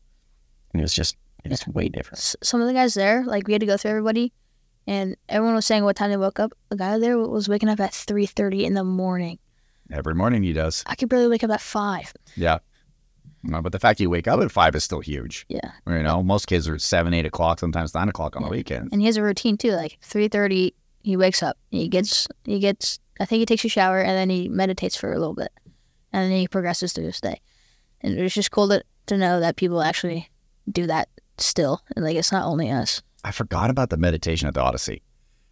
And it was just, it was way different.
s- some of the guys there, like we had to go through everybody, and everyone was saying what time they woke up. The guy there was waking up at three thirty in the morning.
Every morning he does.
I could barely wake up at five.
Yeah. Uh, But the fact you wake up at five is still huge.
Yeah,
You know, most kids are at seven, eight o'clock, sometimes nine o'clock on the
Yeah.
weekend.
and he has a routine too. Like three thirty, he wakes up. He gets he gets. I think he takes a shower and then he meditates for a little bit, and then he progresses through his day. And it's just cool to to know that people actually do that still, and like it's not only us.
I forgot about the meditation at the Odyssey.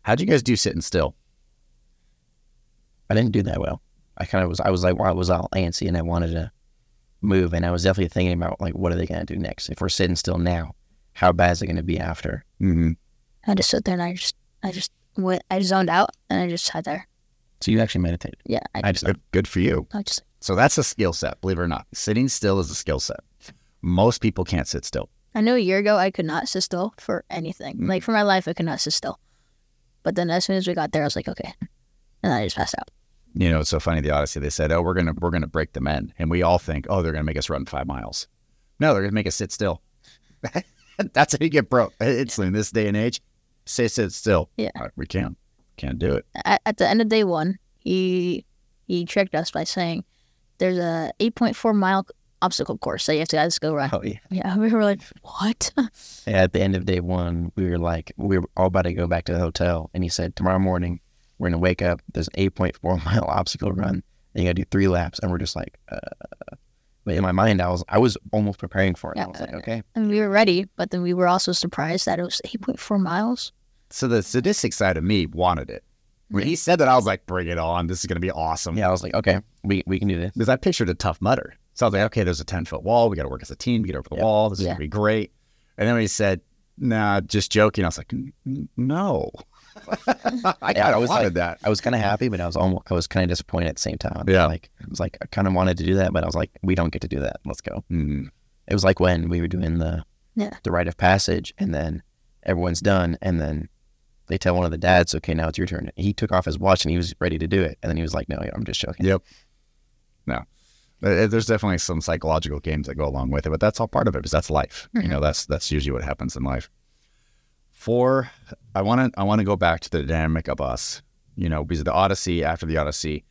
How'd you guys do sitting still?
I didn't do that well. I kind of was, I was like, well, I was all antsy and I wanted to move. And I was definitely thinking about like, what are they going to do next? If we're sitting still now, how bad is it going to be after?
Mm-hmm.
I just stood there and I just I just went I zoned out and I just sat there.
So you actually meditated.
Yeah, I,
I just,
Good, good for you.
I just
So that's a skill set, believe it or not. Sitting still is a skill set. Most people can't sit still.
I know a year ago I could not sit still for anything.
Mm.
Like for my life, I could not sit still. But then as soon as we got there, I was like, okay, and I just passed out.
you know, it's so funny. The Odyssey, they said, "Oh, we're gonna we're gonna break the men," and we all think, "Oh, they're gonna make us run five miles." No, they're gonna make us sit still. That's how you get broke. It's in this day and age, say sit still.
Yeah.
Uh, we can't can't do it.
At, at the end of day one, he he tricked us by saying, "There's a 8.4 mile obstacle course that you have to guys go run."
oh, yeah.
Yeah, we were like, what?
Yeah, at the end of day one, we were like, we were all about to go back to the hotel, and he said, "Tomorrow morning, We're gonna wake up. There's an 8.4 mile obstacle run. And you gotta do three laps, and we're just like, uh, but in my mind, I was I was almost preparing for it.
Yeah,
I was like,
uh,
okay,
and we were ready, but then we were also surprised that it was 8.4 miles.
So the sadistic side of me wanted it. When he said that, I was like, "Bring it on! This is going to be awesome."
yeah, I was like, okay, we we can do this.
Because I pictured a tough mutter. So I was like, "Okay, there's a ten foot wall. We got to work as a team. to Get over the
Yeah.
wall. This is
Yeah.
going to be great." And then when he said, "Nah, just joking," I was like, "N- n- "No." I
Yeah,
kind
I
of
was
wanted
like-
that.
I was kind of happy, but I was almost I was kind of disappointed at the same time.
Yeah.
like I was like I kind of wanted to do that, but I was like, we don't get to do that. Let's go.
Mm.
It was like when we were doing the
Yeah.
the rite of passage, and then everyone's done, and then they tell one of the dads, okay, now it's your turn. He took off his watch and he was ready to do it, and then he was like, no, I'm just joking.
Yep. No, Uh, there's definitely some psychological games that go along with it, but that's all part of it because that's life. You know, that's that's usually what happens in life. For I want to I want to go back to the dynamic of us. You know, because the Odyssey after the Odyssey,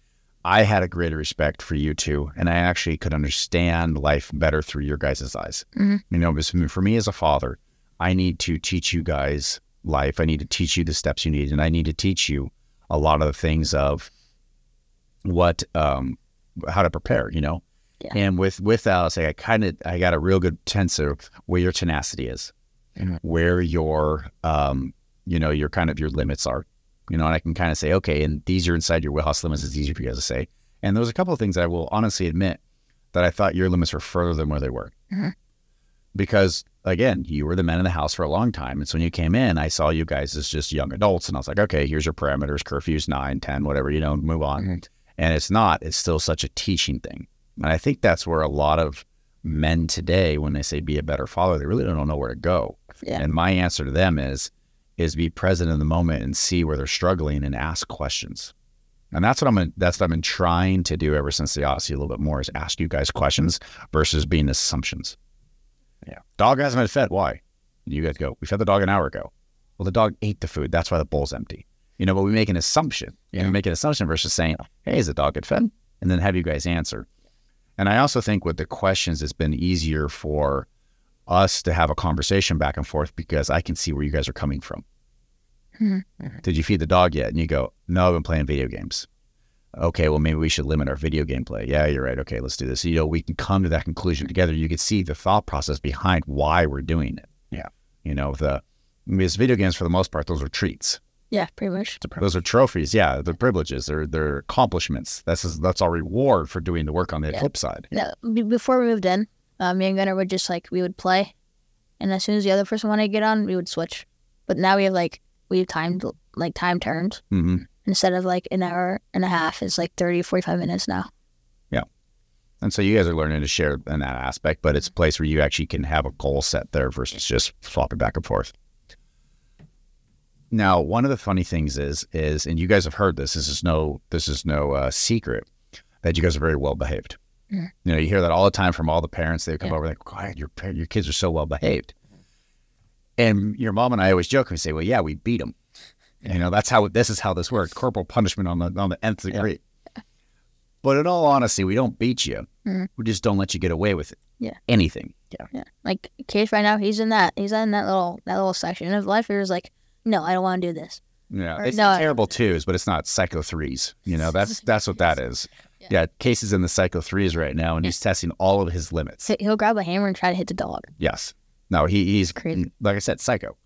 I had a greater respect for you two, and I actually could understand life better through your guys' eyes.
Mhm.
You know, because for me as a father, I need to teach you guys life. I need to teach you the steps you need, and I need to teach you a lot of the things of what um how to prepare. You know,
Yeah.
and with with Alice, I kind of I got a real good sense of where your tenacity is,
Mhm.
where your um you know your kind of your limits are. You know, and I can kind of say, okay, and these are inside your wheelhouse limits. It's easier for you guys to say. And there was a couple of things I will honestly admit that I thought your limits were further than where they were.
Mhm.
Because again, you were the men in the house for a long time. And so when you came in, I saw you guys as just young adults. And I was like, okay, here's your parameters, curfews, nine, 10, whatever, you know, move on.
Mhm.
And it's not, it's still such a teaching thing. And I think that's where a lot of men today, when they say be a better father, they really don't know where to go.
Yeah.
And my answer to them is, is be present in the moment and see where they're struggling and ask questions. And that's what I'm that's what I've been trying to do ever since the Odyssey a little bit more is ask you guys questions versus being assumptions.
Yeah.
Dog hasn't been fed. Why? You guys go, we fed the dog an hour ago. Well, the dog ate the food. That's why the bowl's empty. You know, but we make an assumption. And
Yeah.
we make an assumption versus saying, hey, is the dog get fed? And then have you guys answer. And I also think with the questions, it's been easier for us to have a conversation back and forth because I can see where you guys are coming from.
Mhm.
Did you feed the dog yet? And you go, no, I've been playing video games okay, well, maybe we should limit our video game play. Yeah, you're right. Okay, let's do this. You know, we can come to that conclusion together. You can see the thought process behind why we're doing it.
Yeah.
You know, the because video games for the most part, those are treats.
Yeah, pretty much.
Those are trophies. Yeah, they're privileges. They're they're accomplishments. That's that's our reward for doing the work on the
Yeah.
flip side.
No, be- before we moved in, uh, me and Gunnar would just like we would play, and as soon as the other person wanted to get on, we would switch. But now we have like we have timed like time turned
hmm
instead of like an hour and a half is like 30, 45 minutes now.
And so you guys are learning to share in that aspect, but it's a place where you actually can have a goal set there versus just swapping back and forth. Now, one of the funny things is, is, and you guys have heard this. This is no, this is no uh, secret that you guys are very well behaved.
Mhm.
You know, you hear that all the time from all the parents. They come
Yeah.
over like, "God, your par- your kids are so well behaved." And your mom and I always joke and we say, "Well, yeah, we beat them." You know, that's how this is how this works. Corporal punishment on the on the nth degree. But in all honesty, we don't beat you.
Mhm.
We just don't let you get away with it.
Yeah.
Anything.
Like Case right now, he's in that he's in that little that little section of life. where He's like, no, I don't want to do this.
Yeah.
Or
It's
no, I-
terrible twos, but it's not psycho threes. You know, that's that's what that is.
Yeah.
Yeah. Case is in the psycho threes right now, and he's testing all of his limits.
So he'll grab a hammer and try to hit the dog.
Yes. No, he, he's
Crazy.
Like I said, psycho.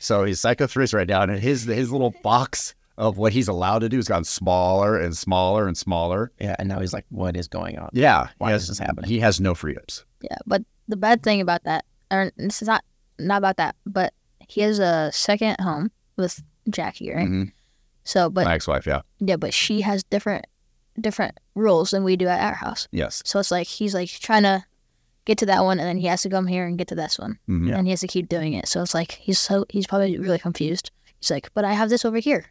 So he's psycho threes right now, and his his little box of what he's allowed to do has gotten smaller and smaller and smaller.
Yeah, and now he's like, what is going on?
Yeah.
Why
he
is
has-
this happening?
He has no freedoms.
Yeah, but the bad thing about that, or this is not not about that, but he has a second home with Jackie, right?
Mhm.
So, but
My ex-wife. Yeah.
Yeah, but she has different different rules than we do at our house.
Yes.
So it's like he's like trying to get to that one, and then he has to come here and get to this one,
Mhm.
Yeah.
and he has to keep doing it. So it's like he's so he's probably really confused. He's like, but I have this over here.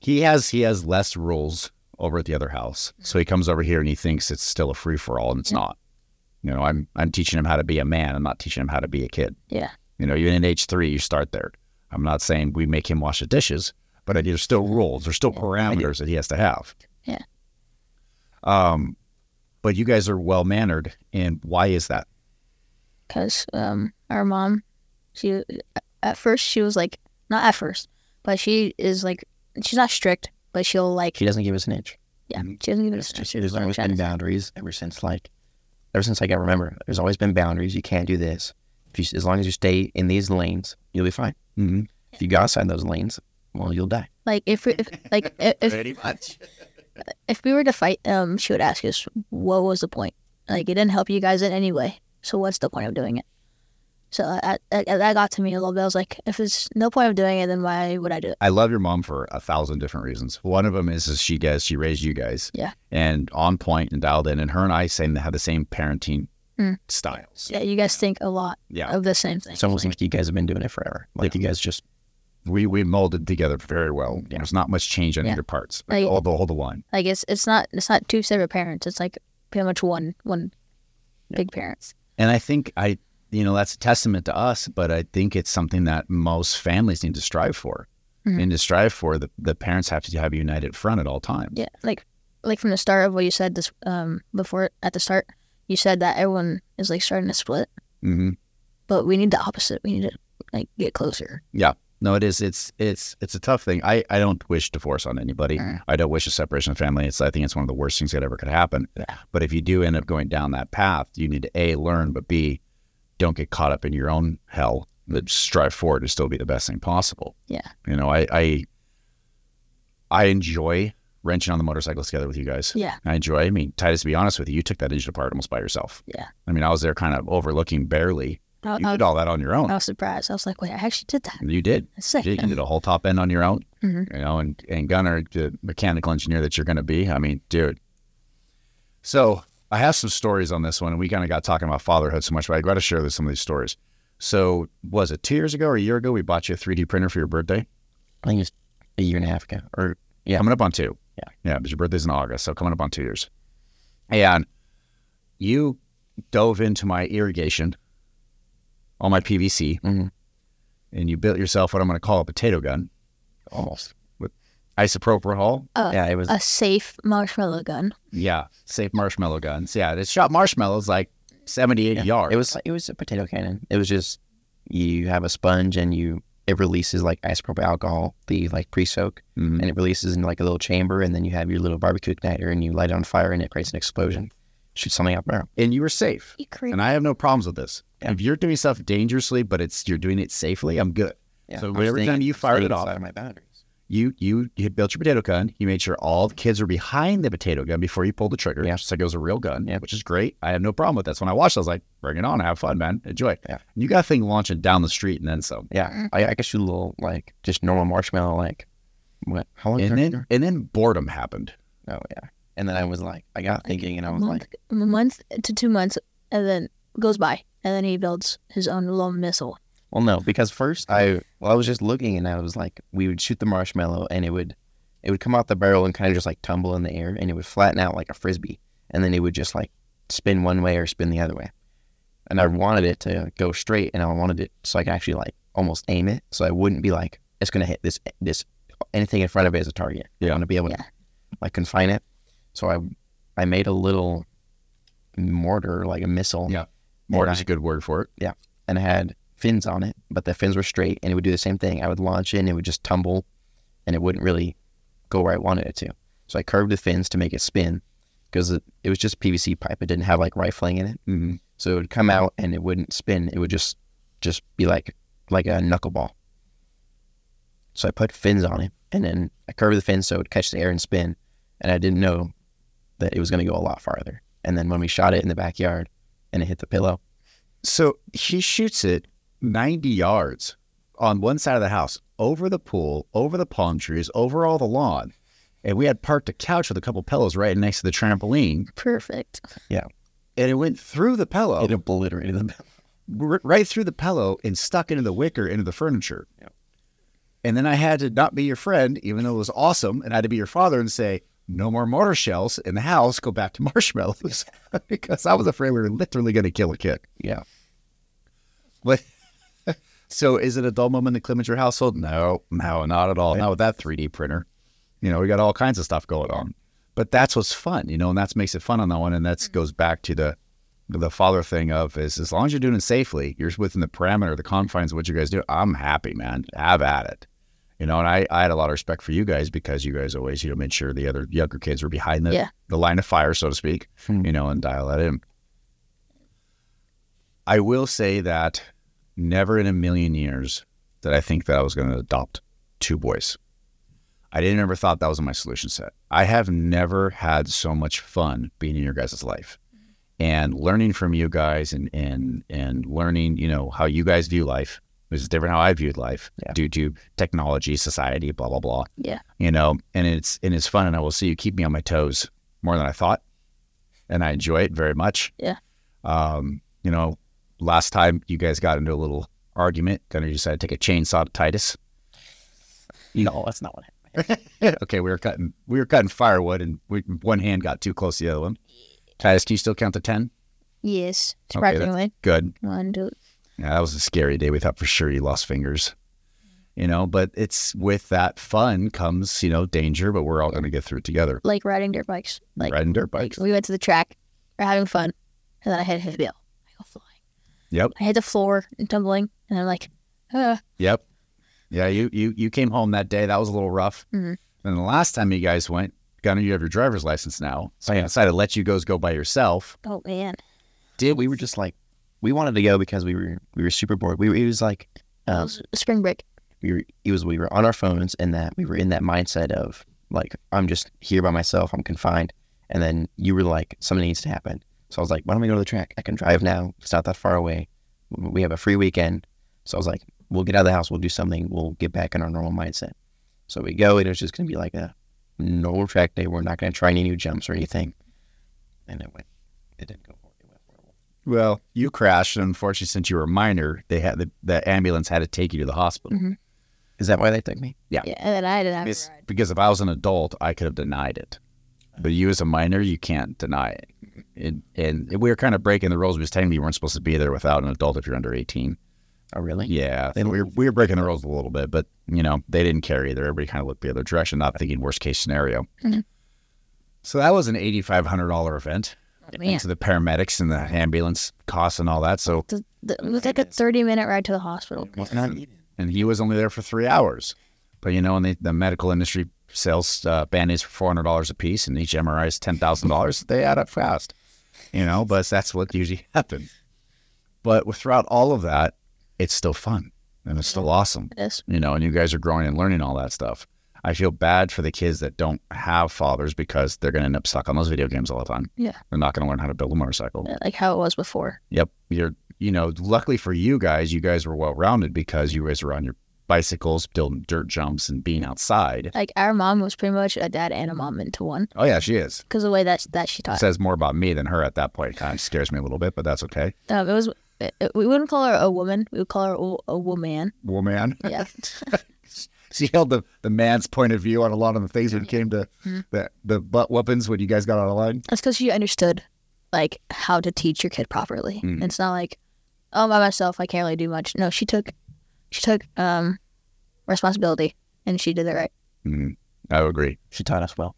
He has he has less rules over at the other house. So he comes over here and he thinks it's still a free for all and it's
Yeah.
not. You know, I'm I'm teaching him how to be a man. I'm not teaching him how to be a kid.
Yeah.
You know, even at age three you start there. I'm not saying we make him wash the dishes, but there's still rules. There's still
Yeah,
parameters that he has to have.
Yeah.
Um but you guys are well mannered and why is that?
because um, our mom, she at first she was like not at first, but she is like she's not strict. but she'll like
She doesn't give us an inch.
yeah, she doesn't give it a
It's
snitch.
just- There's always been boundaries ever since like ever since like I remember. There's always been boundaries. You can't do this. If you, as long as you stay in these lanes, you'll be fine.
Mm-hmm.
If you go outside those lanes, well, you'll die.
Like if, we- if like i- if
much.
if we were to fight, um, she would ask us, "What was the point? Like it didn't help you guys in any way. So what's the point of doing it?" So uh, I, I, I- that got to me a little bit. I was like, if there's no point of doing it, then why would I do it?
I love your mom for a thousand different reasons. One of them is, is she guys, she raised you guys,
Yeah.
and on point and dialed in. And her and I same have the same parenting
Mm.
styles.
Yeah, you guys think a lot
Yeah,
of the same thing.
It's almost like you guys have been doing it forever. Like you guys just
we we molded together very well.
Yeah.
There's not much change on
Oh. Yeah.
either parts.
Like-
All the hold the line.
Like it's it's not it's not two separate parents. It's like pretty much one one big parents.
And I think I, you know, that's a testament to us, but I think it's something that most families need to strive for.
Mhm.
And to strive for, the, the parents have to have a united front at all times.
Yeah, like like from the start of what you said this um before at the start, you said that everyone is like starting to split,
hmm
but we need the opposite. We need to like get closer.
No, it is. It's it's it's a tough thing. I, I don't wish divorce on anybody.
Mm.
I don't wish a separation of family. It's I think it's one of the worst things that ever could happen.
Yeah.
But if you do end up going down that path, you need to a learn, but b don't get caught up in your own hell. But strive forward to still be the best thing possible.
Yeah.
You know, I I, I enjoy wrenching on the motorcycles together with you guys.
Yeah.
I enjoy. I mean, Titus, to be honest with you, you took that engine apart almost by yourself.
Yeah.
I mean, I was there kind of overlooking barely.
I,
You
I,
did
was,
all that on your own.
I was surprised. I was like, wait, I actually did that.
You did.
That's sick.
You did. You did a whole top end on your own.
Mm-hmm.
Mhm.
You know, and and Gunner, the mechanical engineer that you're going to be. I mean, dude. So I have some stories on this one, and we kind of got talking about fatherhood so much, but I got to share with some of these stories. So was it two years ago or a year ago? We bought you a 3D printer for your birthday.
I think it's a year and a half ago. Or Yeah.
Coming up on two.
Yeah.
Yeah, but your birthday's in August, so coming up on two years. And you dove into my irrigation on my PVC,
Mhm.
and you built yourself what I'm going to call a potato gun,
almost.
isopropyl.
Uh,
yeah, it was
A safe marshmallow gun.
Yeah, safe marshmallow guns. Yeah, it shot marshmallows like 70, 80
yeah.
yards.
It was it was a potato cannon. It was just you have a sponge and you it releases like isopropyl alcohol, the like pre soak,
Mhm.
and it releases in like a little chamber, and then you have your little barbecue igniter, and you light it on fire, and it creates an explosion, shoots something out there.
and you were safe.
You creep.
And I have no problems with this.
Yeah.
If you're doing stuff dangerously, but it's you're doing it safely, I'm good. So
I'm
every
staying-
time you fired
staying
it off-
inside of my boundaries.
You you you built your potato gun. You made sure all the kids were behind the potato gun before you pulled the trigger.
Yeah.
Just like it was a real gun,
Yeah.
which is great. I have no problem with this. When I watched, it, I was like, bring it on, have fun, man, enjoy. it."
Yeah.
You got a thing launching down the street and then some.
Yeah, I, I could shoot a little like just normal marshmallow, like what? How long?
And
did I-
then and then boredom happened.
oh yeah, and then I was like, I got thinking, and I
a
was
month,
like,
a month to two months, and then goes by, and then he builds his own little missile.
well, no, because first I well I was just looking, and I was like, we would shoot the marshmallow, and it would it would come out the barrel and kind of just like tumble in the air, and it would flatten out like a frisbee, and then it would just like spin one way or spin the other way, and I wanted it to go straight, and I wanted it so I could actually like almost aim it, so I wouldn't be like it's gonna hit this this anything in front of it as a target.
Yeah.
I want to be able to
Yeah.
like confine it. So I I made a little mortar, like a missile.
Yeah.
Mortar.
Boredom is a good word for it.
And it had fins on it, but the fins were straight and it would do the same thing. I would launch it and it would just tumble and it wouldn't really go where I wanted it to. So I curved the fins to make it spin because it, it was just PVC pipe. It didn't have like rifling in it.
Mm-hmm.
So it would come out and it wouldn't spin. It would just just be like like a knuckleball. So I put fins on it and then I curved the fins so it would catch the air and spin. And I didn't know that it was going to go a lot farther. And then when we shot it in the backyard and it hit the pillow,
So he shoots it 90 yards on one side of the house, over the pool, over the palm trees, over all the lawn. And we had parked a couch with a couple pillows right next to the trampoline,
Perfect.
and it went through the pillow,
it obliterated the pillow.
r- right through the pillow, and stuck into the wicker into the furniture.
Yep.
And then I had to not be your friend, even though it was awesome, and I had to be your father and say, "No more mortar shells in the house. Go back to marshmallows," because I was afraid we were literally going to kill a kid.
Yeah.
What? so is it a dull moment in the Clemenger household? No, no, not at all. Not with that 3D printer. You know, we got all kinds of stuff going on. But that's what's fun, you know, and that's makes it fun on that one. And that goes back to the the father thing of is as long as you're doing it safely, you're within the parameter, the confines of what you guys do. I'm happy, man. Have at it. You know, and I, I had a lot of respect for you guys because you guys always, you know, made sure the other younger kids were behind the,
Yeah.
the line of fire, so to speak,
Hmm.
you know, and dial that in. I will say that never in a million years did I think that I was going to adopt two boys. I didn't ever thought that was in my solution set. I have never had so much fun being in your guys' life and learning from you guys and, and, and learning, you know, how you guys view life which is different how I viewed life
Yeah.
due to technology, society, blah blah blah.
Yeah.
you know, and it's and it's fun, and I will see you keep me on my toes more than I thought, and I enjoy it very much.
Yeah.
um, you know, last time you guys got into a little argument, Gunner decided to take a chainsaw to Titus.
No, that's not what happened.
okay, we were cutting we were cutting firewood, and we, one hand got too close to the other one. Titus, can you still count to ten?
Yes,
Okay, that's-
surprisingly.
Good.
One, two.
Yeah, that was a scary day. We thought for sure he lost fingers, you know. But it's with that fun comes, you know, danger. But we're all going to get through it together.
Like riding dirt bikes. Like,
Riding dirt
like
bikes.
we went to the track, we're having fun, and then I hit his bill. I go flying.
Yep.
I hit the floor and tumbling, and I'm like, uh,
Yep. Yeah, you you you came home that day. That was a little rough.
Mhm.
And the last time you guys went, Gunner, you have your driver's license now, so
Oh,
I
yeah.
decided to let you guys go by yourself.
oh man.
Did we were just like we wanted to go because we were we were super bored. We were, it was like
It
um,
was spring break.
we were, it was we were on our phones and that we were in that mindset of like I'm just here by myself. I'm confined. And then you were like something needs to happen. So I was like, why don't we go to the track? I can drive now. It's not that far away. We have a free weekend. So I was like, we'll get out of the house. We'll do something. We'll get back in our normal mindset. So we go and it was just gonna be like a normal track day. We're not gonna try any new jumps or anything. And it went. It didn't go. horrible. It went horrible.
Well, you crashed, and unfortunately, since you were a minor, they had the, the ambulance had to take you to the hospital.
Mhm.
Is that why they took me?
Yeah, and then I didn't have
It's-
a ride.
because if I was an adult, I could have denied it. But you, as a minor, you can't deny it. And, and we were kind of breaking the rules because technically you weren't supposed to be there without an adult if you're under 18.
Oh, really?
Yeah.
They-
so we, were, we were breaking the rules a little bit, but, you know, they didn't care either. Everybody kind of looked the other direction, not thinking worst case scenario.
Mhm.
So that was an $8,500 event
Oh, man.
to the paramedics and the ambulance costs and all that. So,
The- the- It was like a 30 minute ride to the hospital.
Well, not even.
and he was only there for three hours. But, you know, and the, the medical industry sells uh, band aids for $400 a piece, and each MRI is $10,000. They add up fast, you know, but that's what usually happens. But throughout all of that, it's still fun and it's still awesome.
It is.
you know, and you guys are growing and learning all that stuff. I feel bad for the kids that don't have fathers because they're going to end up stuck on those video games all the time.
Yeah.
They're not going to learn how to build a motorcycle.
Like how it was before.
Yep. You're, you know, luckily for you guys, you guys were well rounded because you guys were on your bicycles, building dirt jumps and being outside.
Like our mom was pretty much a dad and a mom into one
Oh, yeah, she is.
because the way that that she taught.
Says more about me than her at that point. Kind of scares me a little bit, but that's okay.
Um, it was it, it- we wouldn't call her a woman. We would call her a, a woman.
Well, man,
Yeah,
she held the, the man's point of view on a lot of the things when it came to
Mhm.
the, the butt weapons when you guys got out of line.
that's because she understood like how to teach your kid properly.
Mm.
It's not like oh by myself I can't really do much. No, she took she took um responsibility and she did it right.
Mm, I would agree.
She taught us well.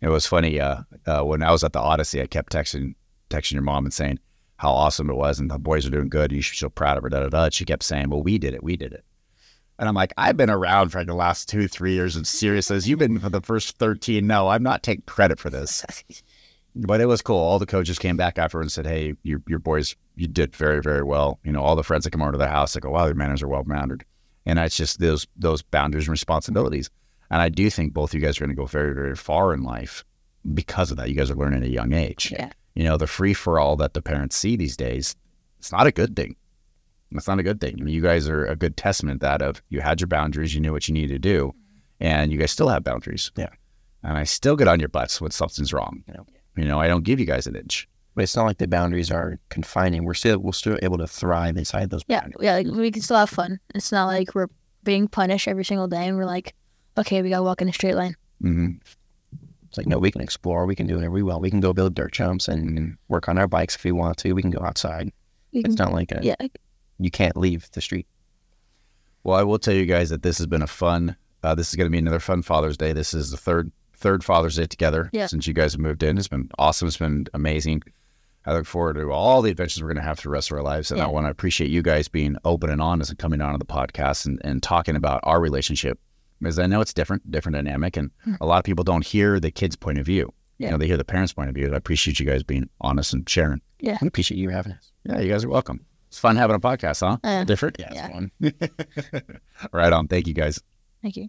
It was funny. Uh, uh, when I was at the Odyssey, I kept texting texting your mom and saying how awesome it was and the boys are doing good. You should feel proud of her. Da da da. She kept saying, "Well, we did it. We did it." And I'm like, I've been around for like the last two, three years, and serious as you've been for the first 13. No, I'm not taking credit for this. But it was cool. All the coaches came back afterwards and said, "Hey, your your boys, you did very, very well." You know, all the friends that come over to the house, they go, "Wow, your manners are well rounded." And it's just those those boundaries and responsibilities. And I do think both of you guys are going to go very, very far in life because of that. You guys are learning at a young age.
Yeah.
You know, the free for all that the parents see these days, it's not a good thing. It's not a good thing. I mean, you guys are a good testament to that of you had your boundaries, you knew what you needed to do, and you guys still have boundaries.
Yeah.
And I still get on your butts when something's wrong.
Yeah.
You know, I don't give you guys an inch.
But it's not like the boundaries are confining. We're still we're still able to thrive inside those.
Yeah,
boundaries.
yeah. Like, we can still have fun. It's not like we're being punished every single day and we're like, okay, we gotta walk in a straight line.
Mm-hmm.
It's like no, we can explore. We can do whatever we want. We can go build dirt jumps and
Mhm.
work on our bikes if we want to. We can go outside.
You
It's
can,
not like a,
yeah,
you can't leave the street.
Well, I will tell you guys that this has been a fun. Uh, this is going to be another fun Father's Day. This is the third third Father's Day together
Yeah.
since you guys have moved in. It's been awesome. It's been amazing. I look forward to all the adventures we're going to have for the rest of our lives. And
Yeah.
I want to appreciate you guys being open and honest and coming on to the podcast and, and talking about our relationship because I know it's different, different dynamic. And a lot of people don't hear the kids' point of view.
Hmm. Yeah.
You know, they hear the parents' point of view. I appreciate you guys being honest and sharing.
I appreciate you having us.
Yeah, you guys are welcome. It's fun having a podcast, huh?
Uh,
different.
Yeah,
Yeah.
it's fun.
right on. Thank you guys.
Thank you.